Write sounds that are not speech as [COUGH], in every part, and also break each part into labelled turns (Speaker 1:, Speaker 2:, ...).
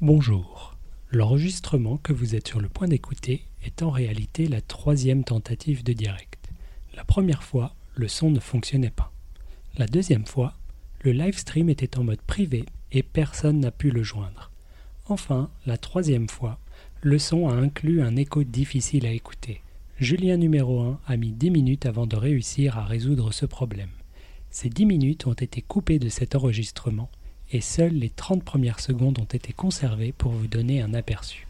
Speaker 1: Bonjour. L'enregistrement que vous êtes sur le point d'écouter est en réalité la troisième tentative de direct. La première fois, le son ne fonctionnait pas. La deuxième fois, le live stream était en mode privé et personne n'a pu le joindre. Enfin, la troisième fois, le son a inclus un écho difficile à écouter. Julien numéro 1 a mis 10 minutes avant de réussir à résoudre ce problème. Ces 10 minutes ont été coupées de cet enregistrement et seules les 30 premières secondes ont été conservées pour vous donner un aperçu.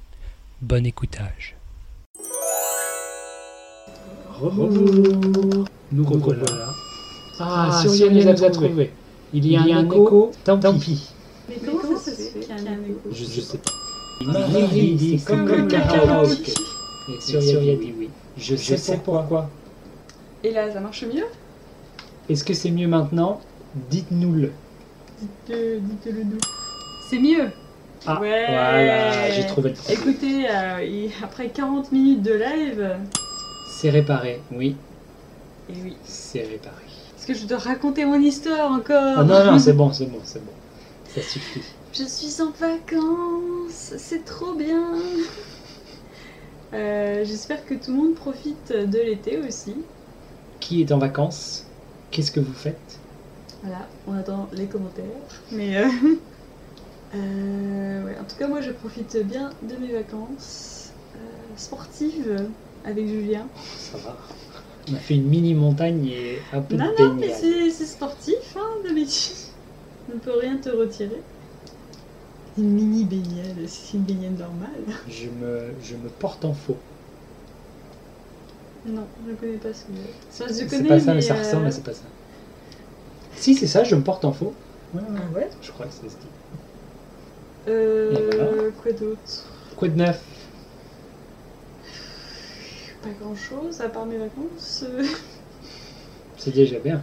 Speaker 1: Bon écoutage.
Speaker 2: Rebonjour.
Speaker 3: Nous revoilà.
Speaker 2: Ah, Cyrielle les a déjà trouvés. Il y a un écho, tant pis.
Speaker 4: Mais comment ça se fait qu'il y a un écho
Speaker 2: Je je sais pas.
Speaker 3: Marie
Speaker 2: Marie
Speaker 3: dit,
Speaker 2: dit comme le karaoké. Et Cyrielle dit oui. Je
Speaker 3: Je
Speaker 2: sais
Speaker 3: sais
Speaker 2: pourquoi.
Speaker 4: Et là, ça marche mieux
Speaker 2: Est-ce que c'est mieux maintenant Dites-nous-le.
Speaker 4: Dites-le nous. C'est mieux
Speaker 2: Ah,
Speaker 4: Ouais
Speaker 2: Voilà, j'ai trouvé le truc.
Speaker 4: Écoutez, euh, et après 40 minutes de live, euh,
Speaker 2: C'est réparé, oui,
Speaker 4: et oui.
Speaker 2: c'est réparé.
Speaker 4: Est-ce que je dois raconter mon histoire encore
Speaker 2: Ah non, non, c'est bon, c'est bon, c'est bon. Ça suffit.
Speaker 4: Je suis en vacances, c'est trop bien Euh, J'espère que tout le monde profite de l'été aussi.
Speaker 2: Qui est en vacances Qu'est-ce que vous faites
Speaker 4: Voilà, on attend les commentaires. Mais euh, [LAUGHS] euh, ouais, en tout cas, moi je profite bien de mes vacances euh, sportives avec Julien.
Speaker 2: Ça va. On a fait une mini montagne et un peu
Speaker 4: Non,
Speaker 2: de
Speaker 4: non, mais
Speaker 2: baignade.
Speaker 4: c'est c'est sportif, hein, [LAUGHS] d'habitude. On ne peut rien te retirer. Une mini baignade, c'est une baignade normale.
Speaker 2: je, me, je me porte en faux.
Speaker 4: Non, je ne connais pas ce que. Enfin, je
Speaker 2: C'est
Speaker 4: connais,
Speaker 2: pas ça, mais ça
Speaker 4: euh,
Speaker 2: ressemble, mais c'est pas ça. Si, c'est ça, je me porte en faux. Ouais, ouais,
Speaker 4: Ah ouais
Speaker 2: Je crois que c'est ce dit.
Speaker 4: euh,
Speaker 2: Et
Speaker 4: Quoi d'autre
Speaker 2: Quoi de neuf
Speaker 4: Pas grand chose, à part mes vacances. [LAUGHS] Euh,
Speaker 2: C'est déjà bien.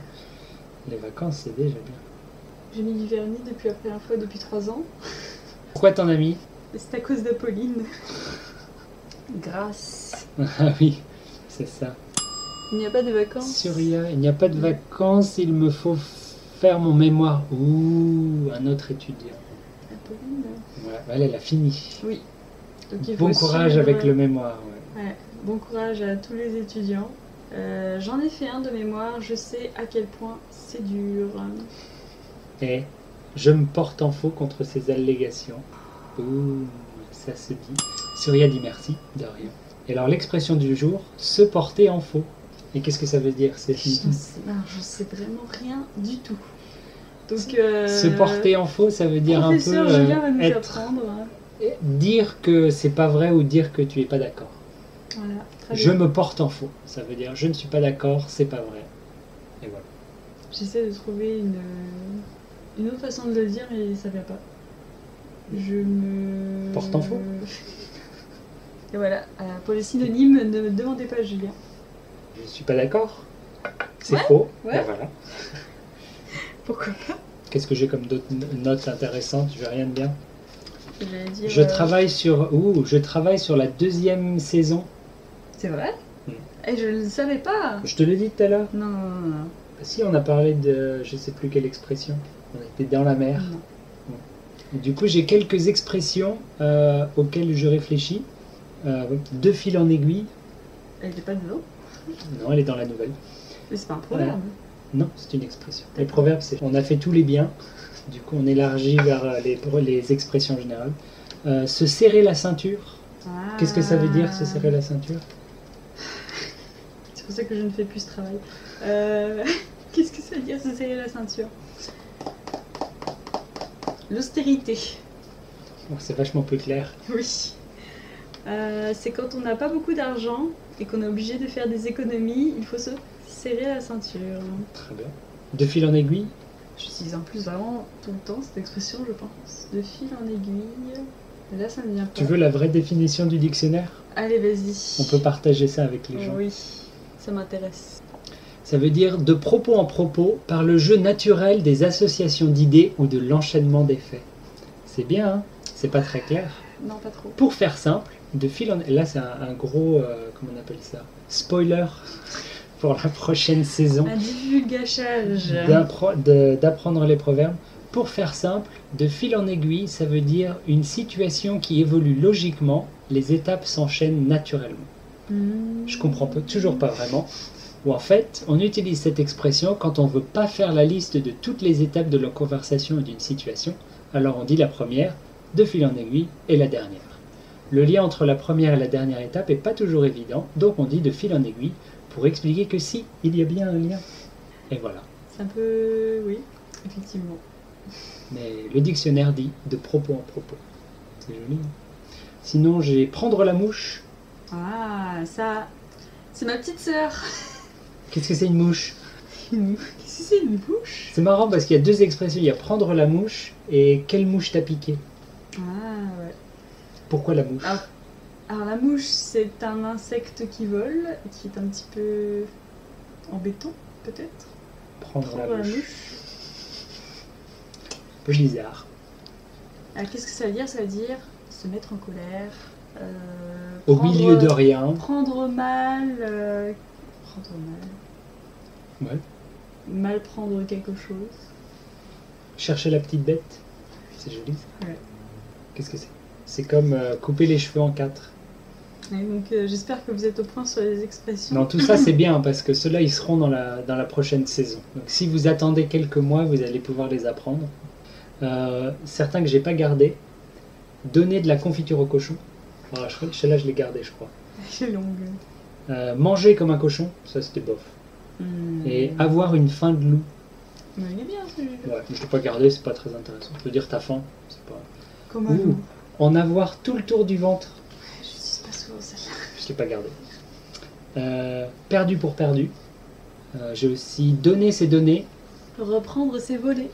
Speaker 2: Les vacances, c'est déjà bien.
Speaker 4: J'ai mis du vernis depuis la première fois depuis 3 ans.
Speaker 2: Pourquoi ton ami [LAUGHS]
Speaker 4: Et C'est à cause d'Apolline. Grâce.
Speaker 2: Ah oui, c'est ça.
Speaker 4: Il n'y a pas de vacances.
Speaker 2: Surya, il n'y a pas de vacances, il me faut faire mon mémoire. Ouh, un autre étudiant.
Speaker 4: Apolline.
Speaker 2: Voilà, elle, elle a fini.
Speaker 4: Oui. Donc, il
Speaker 2: Bon
Speaker 4: faut
Speaker 2: courage
Speaker 4: suivre-
Speaker 2: avec le mémoire. ouais.
Speaker 4: Ouais, Bon courage à tous les étudiants. Euh, J'en ai fait un de mémoire, je sais à quel point c'est dur.
Speaker 2: Et je me porte en faux contre ces allégations. Ouh, ça se dit. Surya dit merci, de rien. Et alors l'expression du jour, se porter en faux. Et qu'est-ce que ça veut dire c'est-
Speaker 4: Je sais, non, je sais vraiment rien du tout. Donc, euh,
Speaker 2: Se porter en faux, ça veut dire un peu
Speaker 4: professeur Julien va
Speaker 2: euh,
Speaker 4: nous
Speaker 2: être,
Speaker 4: apprendre. hein.
Speaker 2: dire que c'est pas vrai ou dire que tu es pas d'accord.
Speaker 4: Voilà, très
Speaker 2: Je
Speaker 4: bien.
Speaker 2: me porte en faux, ça veut dire je ne suis pas d'accord, c'est pas vrai. Et voilà.
Speaker 4: J'essaie de trouver une, euh, une autre façon de le dire, mais ça vient pas. Je me.
Speaker 2: Porte en faux.
Speaker 4: [LAUGHS] Et voilà, euh, pour les synonymes, ne me demandez pas Julien.
Speaker 2: Je ne suis pas d'accord, c'est faux.
Speaker 4: ouais.
Speaker 2: Ben voilà.
Speaker 4: Pourquoi
Speaker 2: Qu'est-ce que j'ai comme d'autres no- notes intéressantes Je vais rien de bien.
Speaker 4: J'allais dire,
Speaker 2: Je
Speaker 4: euh,
Speaker 2: travaille sur ouh, je travaille sur la deuxième saison.
Speaker 4: C'est vrai
Speaker 2: Mm.
Speaker 4: Et je ne le savais pas
Speaker 2: Je te l'ai dit tout à l'heure.
Speaker 4: Non, non, non, non,
Speaker 2: Si on a parlé de je sais plus quelle expression. On était dans la mer.
Speaker 4: non.
Speaker 2: Du coup, j'ai quelques expressions euh, auxquelles je réfléchis. Euh, de fil en aiguille.
Speaker 4: Elle n'est pas dedans
Speaker 2: Non, elle est dans la nouvelle.
Speaker 4: Mais c'est pas un problème.
Speaker 2: Non, c'est une expression. Les proverbes, c'est on a fait tous les biens. Du coup, on élargit vers euh, les, les expressions générales. Euh, se serrer la ceinture.
Speaker 4: Ah.
Speaker 2: Qu'est-ce que ça veut dire, se serrer la ceinture
Speaker 4: C'est pour ça que je ne fais plus ce travail. Euh, [LAUGHS] Qu'est-ce que ça veut dire se serrer la ceinture L'austérité. [LAUGHS]
Speaker 2: Bon, C'est vachement plus clair.
Speaker 4: Oui. Euh, c'est quand on n'a pas beaucoup d'argent et qu'on est obligé de faire des économies, il faut se serrer la ceinture.
Speaker 2: Très bien. De fil en aiguille.
Speaker 4: J'utilise en plus vraiment tout le temps cette expression, je pense. De fil en aiguille. Mais Là, ça ne vient pas.
Speaker 2: Tu veux la vraie définition du dictionnaire
Speaker 4: Allez, vas-y.
Speaker 2: On peut partager ça avec les gens.
Speaker 4: Oui, ça m'intéresse.
Speaker 2: Ça veut dire de propos en propos par le jeu naturel des associations d'idées ou de l'enchaînement des faits. C'est bien, hein c'est pas très clair.
Speaker 4: Non, pas trop.
Speaker 2: Pour faire simple, de fil en... Là, c'est un, un gros... euh, comment on appelle ça Spoiler [LAUGHS] pour la prochaine saison
Speaker 4: Un divulgachage.
Speaker 2: d'impro- de- d'apprendre les proverbes. Pour faire simple, de fil en aiguille, ça veut dire une situation qui évolue logiquement, les étapes s'enchaînent naturellement.
Speaker 4: Hmm.
Speaker 2: Je comprends pas- toujours pas vraiment. Ou en fait, on utilise cette expression quand on veut pas faire la liste de toutes les étapes de la conversation ou d'une situation, alors on dit la première, de fil en aiguille, et la dernière. Le lien entre la première et la dernière étape est pas toujours évident, donc on dit de fil en aiguille pour expliquer que si, il y a bien un lien. Et voilà.
Speaker 4: C'est un peu. Oui, effectivement.
Speaker 2: Mais le dictionnaire dit de propos en propos. C'est joli. hein. Sinon, j'ai prendre la mouche.
Speaker 4: Ah, ça. C'est ma petite sœur. [LAUGHS]
Speaker 2: Qu'est-ce que c'est une mouche
Speaker 4: Une mouche. Qu'est-ce que c'est une bouche
Speaker 2: C'est marrant parce qu'il y a deux expressions. Il y a prendre la mouche et quelle mouche t'a piqué
Speaker 4: Ah, ouais.
Speaker 2: Pourquoi la mouche
Speaker 4: Alors, alors, la mouche, c'est un insecte qui vole, qui est un petit peu en béton, peut-être.
Speaker 2: Prendre la
Speaker 4: Prendre la
Speaker 2: mouche. Un peu bizarre.
Speaker 4: Ah, Qu'est-ce que ça veut dire Ça veut dire se mettre en colère. euh,
Speaker 2: Au
Speaker 4: prendre-
Speaker 2: milieu de rien.
Speaker 4: Prendre mal. euh, prendre mal.
Speaker 2: Ouais.
Speaker 4: Mal prendre quelque chose.
Speaker 2: Chercher la petite bête. C'est joli. ça.
Speaker 4: Ouais.
Speaker 2: Qu'est-ce que c'est C'est comme euh, couper les cheveux en quatre.
Speaker 4: Et donc euh, j'espère que vous êtes au point sur les expressions.
Speaker 2: Non, tout ça c'est bien parce que ceux-là ils seront dans la, dans la prochaine saison. Donc si vous attendez quelques mois, vous allez pouvoir les apprendre. Euh, certains que j'ai pas gardés. Donner de la confiture au cochon. Ah, je crois que celle-là je l'ai gardé, je crois.
Speaker 4: C'est longue.
Speaker 2: Euh, manger comme un cochon, ça c'était bof. Et ah. avoir une faim de loup.
Speaker 4: Mais il est bien celui-là.
Speaker 2: Ouais, je l'ai pas gardé, c'est pas très intéressant. Je veux dire ta faim, c'est pas.
Speaker 4: Comme un
Speaker 2: Ouh.
Speaker 4: loup.
Speaker 2: En avoir tout le tour du ventre,
Speaker 4: Je suis pas souvent celle-là.
Speaker 2: je l'ai pas gardé. Euh, perdu pour perdu. Euh, j'ai aussi donné ses données.
Speaker 4: Reprendre ses volets.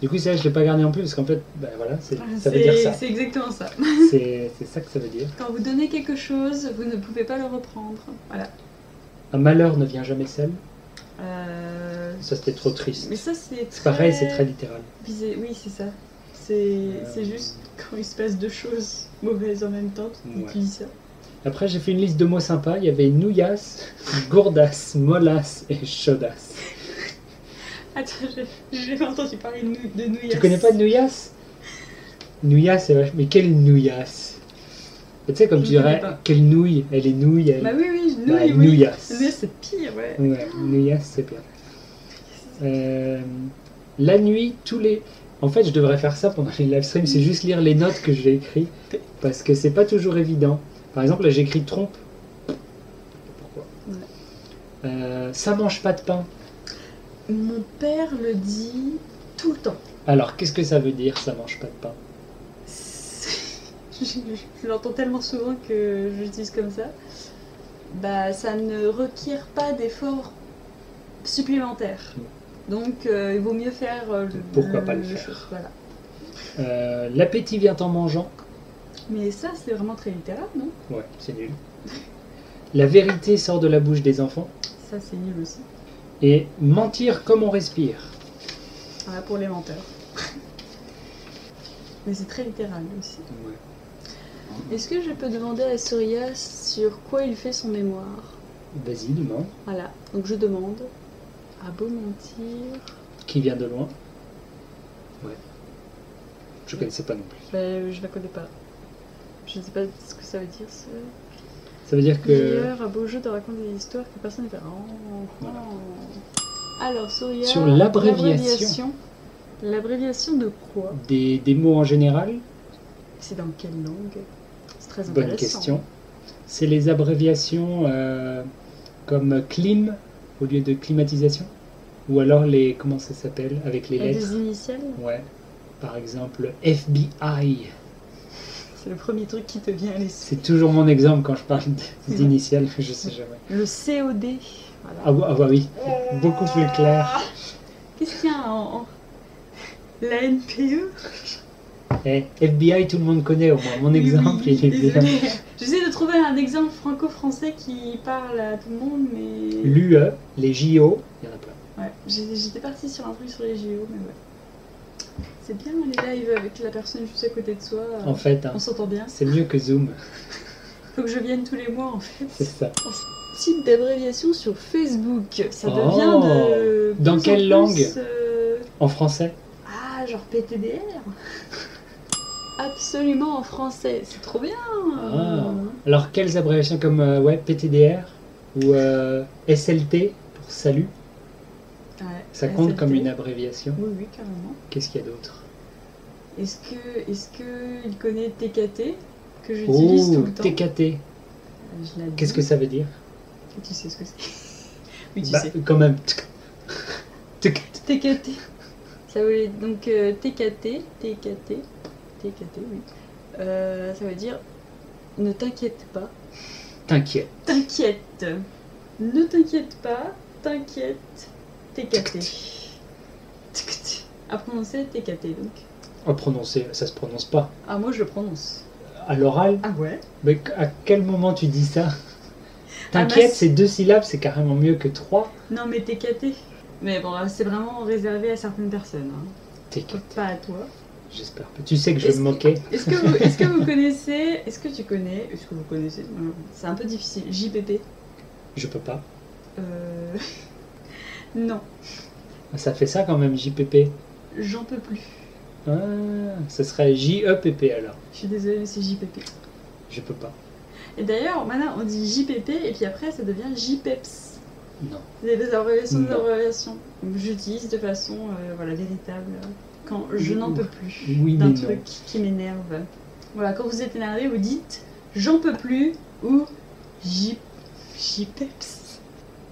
Speaker 2: Du coup, ça, je l'ai pas gardé en plus parce qu'en fait, ben voilà, c'est- ça veut dire
Speaker 4: Ah, C'est
Speaker 2: ça.
Speaker 4: c'est exactement ça.
Speaker 2: C'est c'est ça que ça veut dire.
Speaker 4: Quand vous donnez quelque chose, vous ne pouvez pas le reprendre. Voilà.
Speaker 2: Un malheur ne vient jamais seul.
Speaker 4: Euh,
Speaker 2: Ça, c'était trop triste.
Speaker 4: Mais ça, c'est
Speaker 2: C'est pareil, c'est très littéral.
Speaker 4: Visé- Oui, c'est ça. C'est
Speaker 2: Euh.
Speaker 4: c'est juste quand il se passe deux choses mauvaises en même temps, tu
Speaker 2: Ouais.
Speaker 4: tu dis ça.
Speaker 2: Après, j'ai fait une liste de mots sympas. Il y avait nouillas, gourdas, mollas et chaudas.
Speaker 4: Attends, j'ai- j'ai entendu parler de nou- de nouilles.
Speaker 2: Tu connais pas Nouillas Nouillas, c'est vachement. Mais quelle nouillasse Tu sais, comme tu
Speaker 4: Je connais
Speaker 2: dirais,
Speaker 4: pas.
Speaker 2: quelle nouille Elle est nouille, elle.
Speaker 4: Bah oui, oui, nouilles,
Speaker 2: Bah,
Speaker 4: oui.
Speaker 2: nouillas.
Speaker 4: Nouilles, c'est pire, ouais.
Speaker 2: Ouais, nouillasse, c'est bien. Euh, la nuit, tous les. En fait, je devrais faire ça pendant les live streams, c'est juste lire les notes que j'ai écrites, parce que c'est pas toujours évident. Par exemple, là, j'écris trompe. Pourquoi
Speaker 4: Ouais.
Speaker 2: Euh, Ça mange pas de pain.
Speaker 4: Mon père le dit tout le temps.
Speaker 2: Alors, qu'est-ce que ça veut dire, ça mange pas de pain
Speaker 4: C'est- [LAUGHS] je je l'entends tellement souvent que je l'utilise comme ça. Bah, ça ne requiert pas d'efforts supplémentaires. Donc, euh, il vaut mieux faire. euh, le-
Speaker 2: Mm. Pourquoi pas le faire.
Speaker 4: chose, voilà.
Speaker 2: Euh, L'appétit vient en mangeant.
Speaker 4: Mais ça, c'est vraiment très littéral, non
Speaker 2: Ouais, c'est nul. La vérité sort de la bouche des enfants
Speaker 4: Ça, c'est nul aussi.
Speaker 2: et mentir comme on respire.
Speaker 4: Voilà pour les menteurs. [LAUGHS] Mais c'est très littéral aussi. Est-ce que je peux demander à Surya sur quoi il fait son mémoire
Speaker 2: Vas-y, demande.
Speaker 4: Voilà, donc je demande. À beau mentir.
Speaker 2: Qui vient de loin Ouais. Je connaissais pas non plus.
Speaker 4: Ben, je la connais pas. Je ne sais pas ce que ça veut dire ce.
Speaker 2: Ça veut dire que
Speaker 4: D'ailleurs, à beau jeu de raconter des histoires que personne n'est fait. Oh,
Speaker 2: Voilà.
Speaker 4: oh. Alors, Surya.
Speaker 2: Sur l'abréviation.
Speaker 4: l'abréviation- L'abréviation de quoi
Speaker 2: des, des mots en général,
Speaker 4: C'est dans quelle langue C'est très intéressant.
Speaker 2: bonne question. C'est les abréviations euh, comme clim au lieu de climatisation ou alors les comment ça s'appelle avec les
Speaker 4: Avec
Speaker 2: lettres.
Speaker 4: des initiales
Speaker 2: Ouais. Par exemple FBI.
Speaker 4: C'est le premier truc qui te vient à l'esprit.
Speaker 2: C'est toujours mon exemple quand je parle
Speaker 4: vrai.
Speaker 2: d'initiales, [LAUGHS] je sais jamais.
Speaker 4: Le COD. Voilà.
Speaker 2: Ah, ouais, ah ouais, oui, beaucoup plus clair.
Speaker 4: Qu'est-ce qu'il y a en. en- La E? NPE
Speaker 2: Eh, FBI, tout le monde connaît au moins. Mon
Speaker 4: Oui,
Speaker 2: exemple,
Speaker 4: oui,
Speaker 2: il est bien.
Speaker 4: désolée. J'essaie de trouver un exemple franco-français qui parle à tout le monde, mais.
Speaker 2: L'UE, E, les JO, il y en a plein.
Speaker 4: Ouais, j'ai- j'étais partie sur un truc sur les JO, mais ouais. C'est bien les lives avec la personne juste à côté de soi. euh,
Speaker 2: En fait, hein,
Speaker 4: On s'entend bien.
Speaker 2: c'est mieux que Zoom,
Speaker 4: Faut que je vienne tous les mois en fait.
Speaker 2: c'est ça.
Speaker 4: Type d'abréviation sur Facebook. Ça
Speaker 2: Oh.
Speaker 4: devient de.
Speaker 2: Dans
Speaker 4: plus en
Speaker 2: quelle
Speaker 4: plus,
Speaker 2: langue
Speaker 4: euh,
Speaker 2: En français
Speaker 4: Ah, pas genre PTDR Absolument en français, c'est trop bien
Speaker 2: Ah. Alors, quelles abréviations comme euh, ouais, PTDR ou euh, SLT pour salut
Speaker 4: Ouais,
Speaker 2: Ça compte
Speaker 4: SLT.
Speaker 2: comme une abréviation.
Speaker 4: Oui, oui, carrément.
Speaker 2: Qu'est-ce qu'il y a d'autre
Speaker 4: Est-ce que, est-ce que il connaît TKT que j'utilise
Speaker 2: Oh,
Speaker 4: tout le temps Euh,
Speaker 2: TKT.
Speaker 4: Je l'adore.
Speaker 2: Qu'est-ce que ça veut dire
Speaker 4: Tu sais ce que c'est [LAUGHS] Oui, tu
Speaker 2: Bah,
Speaker 4: sais.
Speaker 2: Quand même. [LAUGHS] tsk, tsk,
Speaker 4: TKT. Ça voulait donc euh, TKT, TKT, TKT, oui. Euh, ça veut dire ne t'inquiète pas,
Speaker 2: T'inquiète.
Speaker 4: t'inquiète. Ne t'inquiète pas, t'inquiète, TKT. Tct. À prononcer TKT donc.
Speaker 2: À prononcer, ça se prononce pas.
Speaker 4: Ah, moi je le prononce.
Speaker 2: À l'oral,
Speaker 4: Ah ouais
Speaker 2: mais qu- à quel moment tu dis ça
Speaker 4: Ah,
Speaker 2: T'inquiète,
Speaker 4: bah,
Speaker 2: ces deux syllabes, c'est carrément mieux que trois.
Speaker 4: Non, mais TKT. Mais bon, c'est vraiment réservé à certaines personnes. hein.
Speaker 2: T'inquiète,
Speaker 4: Pas à toi.
Speaker 2: j'espère pas. Tu sais que je vais
Speaker 4: Est-ce
Speaker 2: me
Speaker 4: que-
Speaker 2: moquer.
Speaker 4: Est-ce que, vous- est-ce que vous connaissez Est-ce que tu connais Est-ce que vous connaissez Non, C'est un peu difficile. JPP.
Speaker 2: Je peux pas.
Speaker 4: Euh... [LAUGHS] non,
Speaker 2: Ça fait ça quand même, JPP.
Speaker 4: j'en peux plus.
Speaker 2: Ah, ça serait JEPP alors.
Speaker 4: Je suis désolée, mais c'est JPP.
Speaker 2: Je peux pas.
Speaker 4: Et d'ailleurs, maintenant on dit JPP et puis après ça devient E JPEPS.
Speaker 2: Non.
Speaker 4: C'est des abréviations des
Speaker 2: Non.
Speaker 4: abréviations. Donc, J'utilise de façon euh, voilà, véritable euh, quand je n'en peux plus
Speaker 2: Oui,
Speaker 4: d'un
Speaker 2: mais
Speaker 4: truc qui m'énerve. Voilà, quand vous êtes énervé, vous dites j'en peux plus ou J- E JPEPS.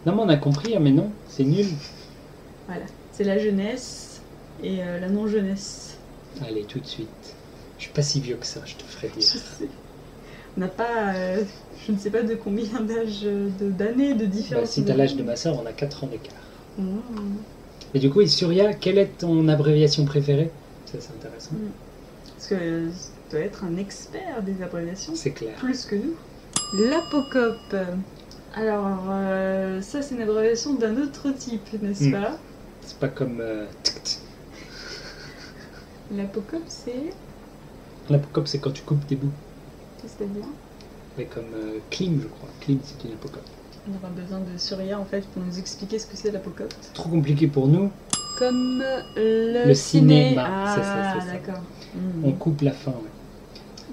Speaker 2: non. Non, mais on a compris, hein, mais non, c'est nul.
Speaker 4: C'est la jeunesse et euh, la non-jeunesse.
Speaker 2: Allez, tout de suite. Je suis pas si vieux que ça, je te ferai
Speaker 4: Je
Speaker 2: dire.
Speaker 4: sais. On n'a pas. euh, je ne sais pas de combien d'âge euh, de- d'années de
Speaker 2: Bah,
Speaker 4: différence.
Speaker 2: si t'as l'âge de ma soeur, on a 4 ans d'écart.
Speaker 4: Mmh.
Speaker 2: Et du coup, et Surya, quelle est ton abréviation préférée Ça, c'est intéressant.
Speaker 4: Parce que euh, tu dois être un expert des abréviations.
Speaker 2: C'est clair.
Speaker 4: Plus que nous. L'apocope. Alors, euh, ça, c'est une abréviation d'un autre type, n'est-ce
Speaker 2: Mmh.
Speaker 4: pas
Speaker 2: C'est pas comme. euh, tic, tic.
Speaker 4: L'apocope, c'est.
Speaker 2: L'apocope, c'est quand tu coupes des bouts.
Speaker 4: Qu'est-ce que ça veut dire
Speaker 2: Mais comme euh, clim, je crois. Clim, c'est une apocope.
Speaker 4: On aura besoin de Surya en fait pour nous expliquer ce que c'est l'apocope.
Speaker 2: Trop compliqué pour nous,
Speaker 4: Comme le,
Speaker 2: Le
Speaker 4: ciné-
Speaker 2: cinéma,
Speaker 4: Ah,
Speaker 2: c'est ça, c'est ça.
Speaker 4: d'accord. Mmh.
Speaker 2: on coupe la fin. ouais.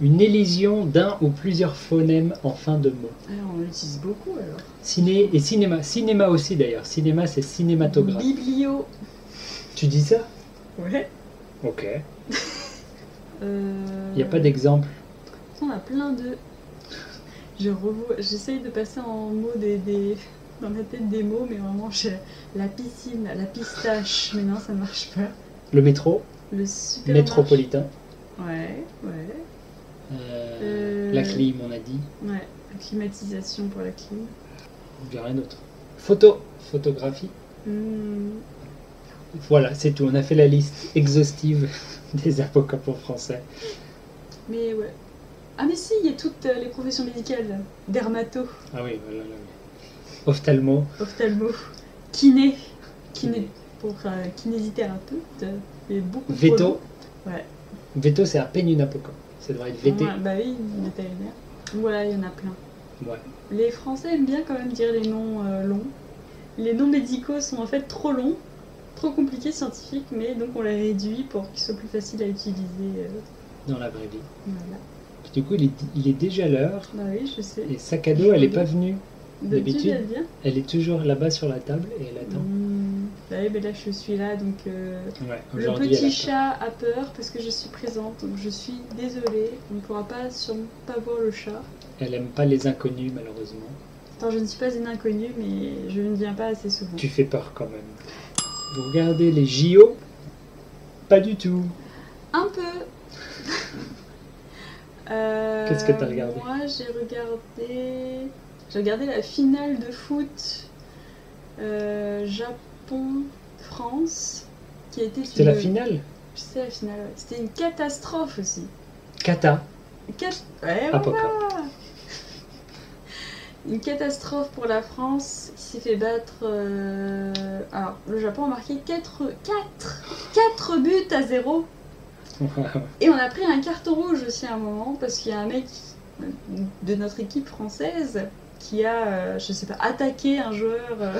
Speaker 2: Une élision d'un ou plusieurs phonèmes en fin de mot.
Speaker 4: Ah, on l'utilise beaucoup alors.
Speaker 2: Ciné et cinéma. Cinéma aussi d'ailleurs. Cinéma, c'est cinématographe.
Speaker 4: Biblio.
Speaker 2: Tu dis ça
Speaker 4: Ouais.
Speaker 2: Ok.
Speaker 4: Euh...
Speaker 2: Il n'y a pas d'exemple.
Speaker 4: On a plein de. Je revois. J'essaye de passer en mots des, des- dans ma tête des mots, mais vraiment je... la piscine, la pistache. Mais non, ça ne marche pas.
Speaker 2: Le métro,
Speaker 4: Le super.
Speaker 2: métropolitain.
Speaker 4: Ouais, ouais,
Speaker 2: Euh,
Speaker 4: Euh,
Speaker 2: La clim, on a dit.
Speaker 4: ouais. La climatisation pour la clim.
Speaker 2: Il y a rien d'autre. Photo, photographie.
Speaker 4: Hmm.
Speaker 2: Voilà, c'est tout. On a fait la liste exhaustive [LAUGHS] des apocopes en français.
Speaker 4: Mais ouais. Ah mais si, il y a toutes euh, les professions médicales. Dermato,
Speaker 2: Ah oui, voilà. là, oui. Ophtalmo.
Speaker 4: ophtalmo, kiné, kiné
Speaker 2: Kiné.
Speaker 4: pour euh, kinésithérapeute. Il y a beaucoup de
Speaker 2: Veto.
Speaker 4: pronoms. Ouais.
Speaker 2: Veto, c'est à peine une apocope. Ça devrait être VT.
Speaker 4: Ouais, bah oui, vétérinaire. Voilà, il y en a plein.
Speaker 2: Ouais.
Speaker 4: Les Français aiment bien quand même dire les noms euh, longs. Les noms médicaux sont en fait trop longs, trop compliqués scientifiques, mais donc on les réduit pour qu'ils soient plus faciles à utiliser. euh,
Speaker 2: dans la vraie vie.
Speaker 4: voilà.
Speaker 2: Puis du coup, il est, il est déjà l'heure.
Speaker 4: Bah oui, je sais.
Speaker 2: Et sac à dos, elle n'est pas venue.
Speaker 4: D'habitude,
Speaker 2: d'habitude.
Speaker 4: elle vient.
Speaker 2: Elle est toujours là-bas sur la table et elle attend.
Speaker 4: Mmh. Bah oui, mais là je suis là, donc euh,
Speaker 2: Ouais,
Speaker 4: le
Speaker 2: aujourd'hui, elle
Speaker 4: petit
Speaker 2: attend.
Speaker 4: chat a peur parce que je suis présente, donc je suis désolée. On ne pourra pas sûrement pas voir le chat.
Speaker 2: Elle aime pas les inconnus, malheureusement.
Speaker 4: Attends, je ne suis pas une inconnue, mais je ne viens pas assez souvent.
Speaker 2: Tu fais peur quand même. Vous regardez les JO Pas du tout.
Speaker 4: Un peu. [LAUGHS] Euh,
Speaker 2: Qu'est-ce que t'as regardé
Speaker 4: Moi, j'ai regardé. J'ai regardé la finale de foot euh, Japon-France, qui a été.
Speaker 2: C'était la
Speaker 4: une-
Speaker 2: finale
Speaker 4: C'était la finale. ouais. C'était une catastrophe aussi.
Speaker 2: Kata,
Speaker 4: Cat- Ouais, ouais.
Speaker 2: apocope.
Speaker 4: Une catastrophe pour la France qui s'est fait battre. euh, Alors, le Japon a marqué 4, 4, 4 buts à 0. Et on a pris un carton rouge aussi à un moment parce qu'il y a un mec de notre équipe française qui a, euh, je sais pas, [LAUGHS] attaqué un joueur. euh,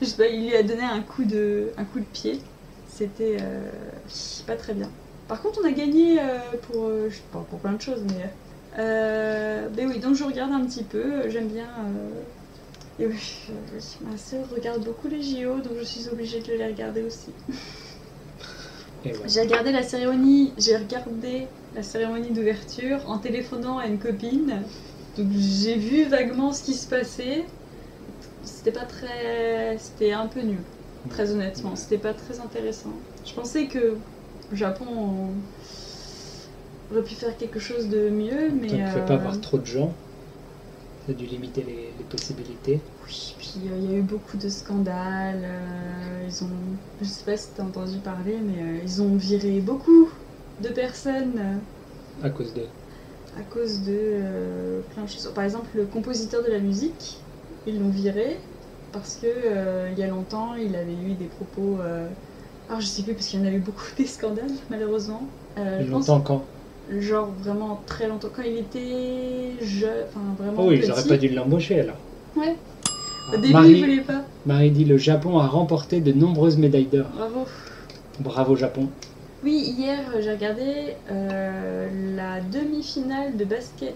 Speaker 4: je sais pas, il lui a donné un coup de, un coup de pied. C'était euh, pas très bien. Par contre, on a gagné euh, pour, euh, je sais pas, pour plein de choses, mais. Euh, ben oui, donc je regarde un petit peu. J'aime bien. euh, Et oui, euh, oui, ma soeur regarde beaucoup les JO, donc je suis obligée de les regarder aussi.
Speaker 2: [LAUGHS] Et voilà.
Speaker 4: J'ai regardé la cérémonie, j'ai regardé la cérémonie d'ouverture en téléphonant à une copine. Donc j'ai vu vaguement ce qui se passait. C'était pas très, c'était un peu nul, très honnêtement. C'était pas très intéressant. Je pensais que le Japon euh, aurait pu faire quelque chose de mieux, mais
Speaker 2: Donc, il ne faut
Speaker 4: euh,
Speaker 2: pas avoir trop de gens. Ça a dû limiter les, les possibilités.
Speaker 4: oui. Puis euh, il y a eu beaucoup de scandales. euh, ils ont, je sais pas si t'as entendu parler, mais euh, ils ont viré beaucoup de personnes. euh,
Speaker 2: À cause de.
Speaker 4: à cause de euh, plein de choses. Par exemple, le compositeur de la musique, ils l'ont viré parce que euh, il y a longtemps, il avait eu des propos. euh, Alors je sais plus parce qu'il y en a eu beaucoup [LAUGHS] des scandales malheureusement. Euh, je pense,
Speaker 2: Longtemps quand
Speaker 4: genre vraiment très longtemps quand il était jeune, enfin vraiment
Speaker 2: Oh, ils
Speaker 4: petit.
Speaker 2: n'auraient pas dû l'embaucher alors.
Speaker 4: Ouais.
Speaker 2: Ah,
Speaker 4: Au début, il
Speaker 2: Marie,
Speaker 4: voulait pas.
Speaker 2: Marie dit le Japon a remporté de nombreuses médailles d'or.
Speaker 4: Bravo.
Speaker 2: Bravo Japon.
Speaker 4: Oui, hier j'ai regardé euh, la demi-finale de basket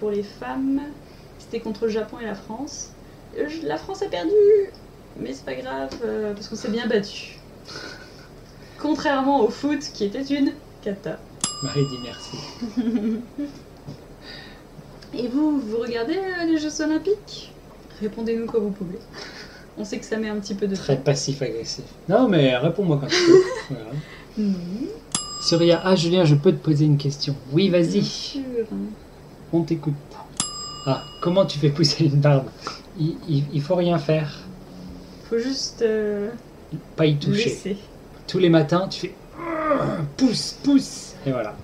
Speaker 4: pour les femmes. C'était contre le Japon et la France. Euh, je- La France a perdu, mais c'est pas grave euh, parce qu'on s'est bien battu. Contrairement au foot qui était une cata.
Speaker 2: Marie dit merci.
Speaker 4: Et vous, vous regardez euh, les Jeux Olympiques Répondez-nous quand vous pouvez. On sait que ça met un petit peu de
Speaker 2: Très
Speaker 4: temps.
Speaker 2: passif-agressif. Non mais réponds-moi quand tu
Speaker 4: [LAUGHS]
Speaker 2: veux. Voilà.
Speaker 4: Non,
Speaker 2: Surya, ah Julien, je peux te poser une question. Oui,
Speaker 4: bien
Speaker 2: vas-y,
Speaker 4: sûr. hein.
Speaker 2: on t'écoute. Ah, comment tu fais pousser une barbe il, il, il faut rien faire,
Speaker 4: Faut juste euh,
Speaker 2: pas y toucher.
Speaker 4: laisser.
Speaker 2: Tous les matins, tu fais [CLEARS THROAT] pousse, pousse, et voilà.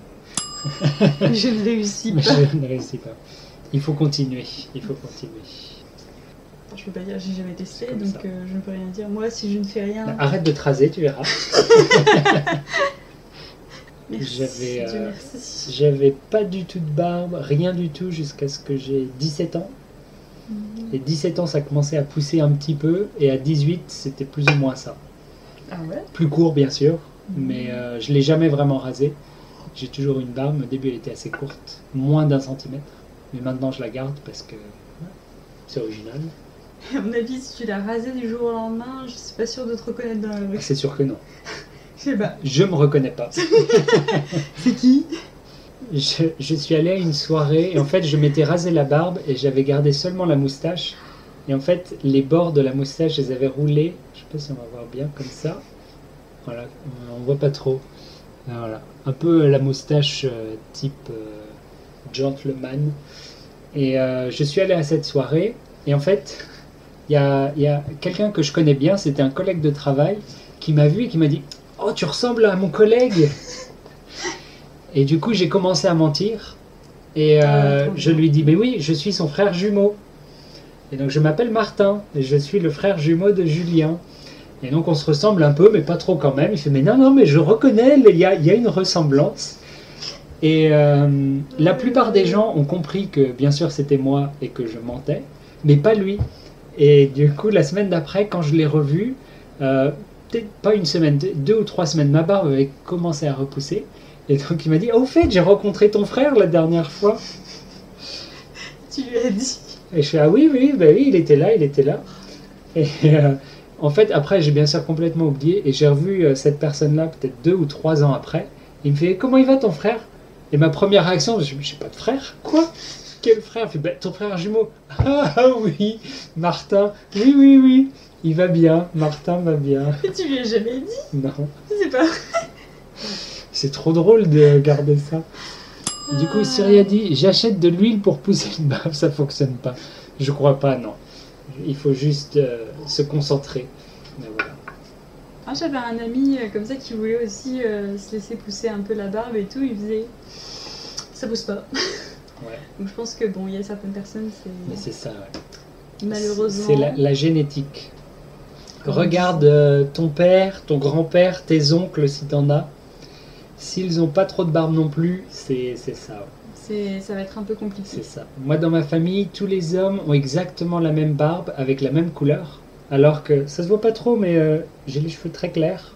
Speaker 4: je ne réussis
Speaker 2: Mais
Speaker 4: pas.
Speaker 2: [LAUGHS] je ne réussis pas. Il faut continuer, il faut continuer.
Speaker 4: Je peux pas dire, j'ai jamais testé,
Speaker 2: C'est comme ça. Ah,
Speaker 4: donc euh, je ne peux rien dire. Moi, si je ne fais rien,
Speaker 2: Arrête de tracer, tu verras.
Speaker 4: merci,
Speaker 2: j'avais,
Speaker 4: Dieu
Speaker 2: euh,
Speaker 4: merci.
Speaker 2: J'avais pas du tout de barbe, rien du tout jusqu'à ce que j'ai 17 ans.
Speaker 4: Mhm.
Speaker 2: Et 17 ans, ça commençait à pousser un petit peu, et à 18, c'était plus ou moins ça.
Speaker 4: Ah ouais Mmh.
Speaker 2: Plus court, bien sûr, mais euh, je l'ai jamais vraiment rasé. J'ai toujours une barbe. Au début, elle était assez courte, moins d'un centimètre. Mais maintenant, je la garde parce que ouais, c'est original.
Speaker 4: [LAUGHS] À mon avis, si tu l'as rasé du jour au lendemain, je suis pas sûre de te reconnaître dans la rue.
Speaker 2: C'est sûr que non.
Speaker 4: Je [LAUGHS] sais pas.
Speaker 2: Je me reconnais pas.
Speaker 4: C'est qui
Speaker 2: Je, je suis allé à une soirée et en fait, je m'étais rasé la barbe et j'avais gardé seulement la moustache. Et en fait, les bords de la moustache, je les avais roulés. Je sais pas si on va voir bien comme ça. Voilà, on- on voit pas trop. Ah, Voilà, un peu la moustache euh, type euh, gentleman. Et euh, je suis allé à cette soirée et en fait, il y a, il y a quelqu'un que je connais bien, c'était un collègue de travail, qui m'a vu et qui m'a dit Oh, tu ressembles à mon collègue Et du coup, j'ai commencé à mentir. Et euh,
Speaker 4: Ah, trop
Speaker 2: je
Speaker 4: bien.
Speaker 2: lui dis Mais oui, je suis son frère jumeau. Et donc, je m'appelle Martin et je suis le frère jumeau de Julien. Et donc, on se ressemble un peu, mais pas trop quand même. Il fait Mais non, non, mais je reconnais, il y a, il y a une ressemblance. Et euh, la plupart des gens ont compris que, bien sûr, c'était moi et que je mentais, mais pas lui. Et du coup, la semaine d'après, quand je l'ai revu, euh, peut-être pas une semaine, deux- deux ou trois semaines, ma barbe avait commencé à repousser. Et donc il m'a dit, au fait, j'ai rencontré ton frère la dernière fois.
Speaker 4: Tu lui as dit. [LAUGHS]
Speaker 2: Et je fais, ah oui, oui, bah oui, il était là, il était là. Et euh, en fait, après, j'ai bien sûr complètement oublié. Et j'ai revu euh, cette personne-là peut-être deux ou trois ans après. Il me fait, comment il va ton frère Et ma première réaction, je j'ai pas de frère. Quoi Quel frère Il fait, bah, ton frère jumeau. [LAUGHS] Ah ah, oui, Martin. Oui, oui, oui. Il va bien, Martin va bien.
Speaker 4: Et tu lui as jamais dit
Speaker 2: Non.
Speaker 4: C'est pas.
Speaker 2: C'est trop drôle de garder ça. Du coup, Syria dit J'achète de l'huile pour pousser une bave, ça fonctionne pas. Je crois pas, non. Il faut juste euh, se concentrer. Mais voilà.
Speaker 4: Ah, j'avais un ami euh, comme ça qui voulait aussi euh, se laisser pousser un peu la barbe et tout. Il faisait. Ça pousse pas.
Speaker 2: Ouais.
Speaker 4: [LAUGHS] Donc je pense que bon, il y a certaines personnes,
Speaker 2: Mais
Speaker 4: c'est
Speaker 2: c'est ça, ouais.
Speaker 4: malheureusement.
Speaker 2: C'est la, la génétique.
Speaker 4: Comme
Speaker 2: Regarde euh, ton père, ton grand-père, tes oncles, si t'en as. S'ils ont pas trop de barbe non plus, c'est c'est ça. ouais.
Speaker 4: c'est- ça va être un peu compliqué.
Speaker 2: C'est ça. Moi, dans ma famille, tous les hommes ont exactement la même barbe avec la même couleur. Alors que ça se voit pas trop, mais euh, j'ai les cheveux très clairs.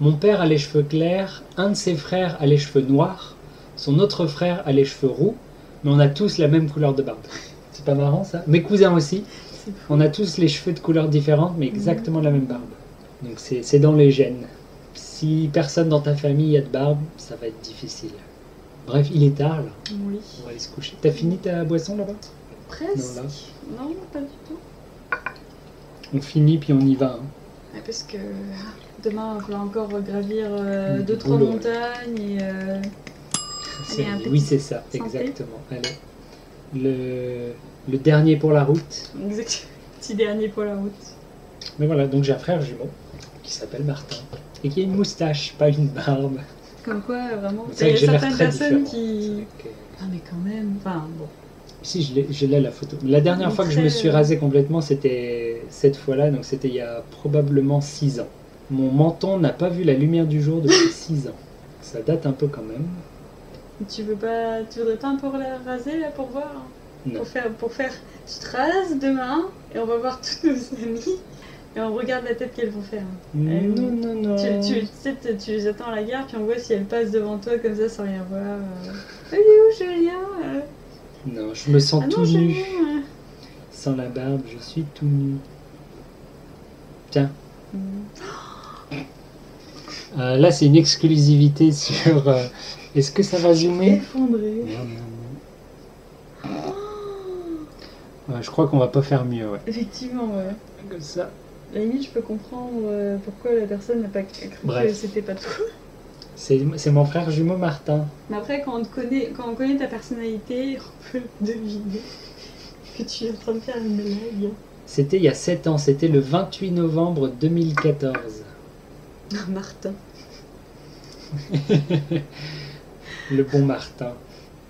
Speaker 2: Mon père a les cheveux clairs, un de ses frères a les cheveux noirs, son autre frère a les cheveux roux, mais on a tous la même couleur de barbe. C'est pas marrant ça Mes cousins aussi,
Speaker 4: C'est fou.
Speaker 2: on a tous les cheveux de couleurs différentes, mais exactement la même barbe. Donc c'est c'est dans les gènes. Si personne dans ta famille a de barbe, ça va être difficile. Bref, il est tard là,
Speaker 4: Oui.
Speaker 2: on va aller se coucher. T'as fini ta boisson là-bas
Speaker 4: Presque.
Speaker 2: Non, là.
Speaker 4: Non, pas du tout.
Speaker 2: On finit puis on y va. hein.
Speaker 4: Ouais, Ah, parce que demain, on va encore gravir euh,
Speaker 2: Du
Speaker 4: deux, trois
Speaker 2: boulot, ouais.
Speaker 4: montagnes et. euh, [LAUGHS]
Speaker 2: C'est-
Speaker 4: un
Speaker 2: oui,
Speaker 4: petit
Speaker 2: c'est ça,
Speaker 4: santé.
Speaker 2: exactement. Allez. Le, le dernier pour la route.
Speaker 4: exact- Petit dernier pour la route.
Speaker 2: Mais voilà, donc j'ai un frère jumeau qui s'appelle Martin et qui a une moustache, pas une barbe.
Speaker 4: Comme quoi, euh, vraiment.
Speaker 2: C'est vrai
Speaker 4: Il
Speaker 2: que
Speaker 4: y
Speaker 2: j'ai
Speaker 4: a
Speaker 2: l'air
Speaker 4: certaines
Speaker 2: très
Speaker 4: personnes
Speaker 2: différent.
Speaker 4: qui.
Speaker 2: C'est vrai
Speaker 4: Ah, mais quand même. Enfin, bon.
Speaker 2: que- Si, je l'ai- je l'ai la photo. La dernière
Speaker 4: Il est
Speaker 2: fois que je me
Speaker 4: très- euh,
Speaker 2: suis rasé complètement, c'était cette fois-là, donc c'était il y a probablement 6 ans. Mon menton n'a pas vu la lumière du jour depuis 6 ans. Ça date un peu quand même.
Speaker 4: Tu veux pas. Tu voudrais pas un peu la raser là pour voir hein
Speaker 2: Non.
Speaker 4: Pour faire. Pour faire. Tu te rases demain et on va voir tous nos [LAUGHS] amis et on regarde la tête qu'elles vont faire.
Speaker 2: non, non, non.
Speaker 4: Tu, tu, tu sais, tu- tu les attends à la gare, puis on voit si elles passent devant toi comme ça sans rien voir.
Speaker 2: [LAUGHS]
Speaker 4: euh, Elle est où, Julien Euh,
Speaker 2: Non, je me sens
Speaker 4: Ah
Speaker 2: tout
Speaker 4: non,
Speaker 2: nu.
Speaker 4: Julien euh.
Speaker 2: Sans la barbe, je suis tout nu. Tiens,
Speaker 4: Mm.
Speaker 2: euh, là c'est une exclusivité [LAUGHS] sur. euh, Est-ce que ça va zoomer
Speaker 4: Effondré.
Speaker 2: Non, non, non. Ouais, je crois qu'on va pas faire mieux, ouais.
Speaker 4: Effectivement, ouais.
Speaker 2: Comme ça.
Speaker 4: À la limite, je peux comprendre euh, pourquoi la personne n'a pas cru que
Speaker 2: Bref.
Speaker 4: c'était pas toi.
Speaker 2: C'est c'est mon frère jumeau Martin.
Speaker 4: Mais après, quand on, te connaît, quand on connaît ta personnalité, [LAUGHS] on peut deviner que tu es en train de faire une blague.
Speaker 2: C'était il y a 7 ans, c'était le 28 novembre 2014.
Speaker 4: Ah, Martin.
Speaker 2: Le bon Martin.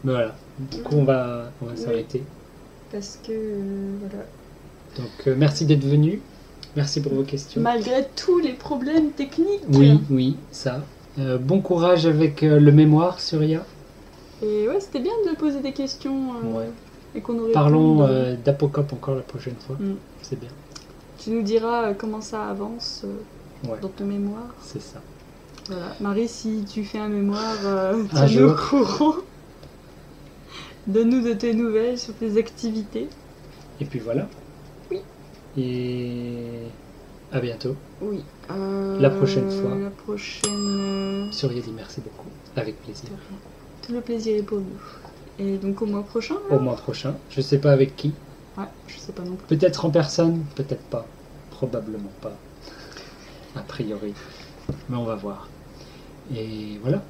Speaker 2: Mais Voilà. Du coup, on va, on va
Speaker 4: Oui.
Speaker 2: s'arrêter.
Speaker 4: Parce que, euh, voilà.
Speaker 2: Donc, euh, merci d'être venu. Merci pour vos questions.
Speaker 4: Malgré tous les problèmes techniques.
Speaker 2: Oui, oui, ça. Euh, bon courage avec euh, le mémoire, Surya.
Speaker 4: Et ouais, c'était bien de poser des questions. euh,
Speaker 2: Ouais.
Speaker 4: Et qu'on aurait
Speaker 2: Parlons euh, d'Apocop encore la prochaine fois.
Speaker 4: Mm.
Speaker 2: C'est bien.
Speaker 4: Tu nous diras euh, comment ça avance euh,
Speaker 2: Ouais.
Speaker 4: dans ton mémoire.
Speaker 2: C'est ça.
Speaker 4: Voilà. Euh, Marie, si tu fais un mémoire, euh,
Speaker 2: Un
Speaker 4: [LAUGHS] tiens-nous au
Speaker 2: jour.
Speaker 4: courant. Donne-nous de tes nouvelles sur tes activités.
Speaker 2: Et puis voilà.
Speaker 4: Oui.
Speaker 2: Et à bientôt.
Speaker 4: Oui. euh,
Speaker 2: La prochaine fois.
Speaker 4: La prochaine. euh,
Speaker 2: Surya dit merci beaucoup. Avec plaisir.
Speaker 4: Tout le plaisir est pour nous. Et donc au mois prochain là
Speaker 2: Au mois prochain. Je sais pas avec qui.
Speaker 4: Ouais, je sais pas non plus.
Speaker 2: Peut-être en personne, peut-être pas. Probablement pas. A priori. Mais on va voir. Et voilà.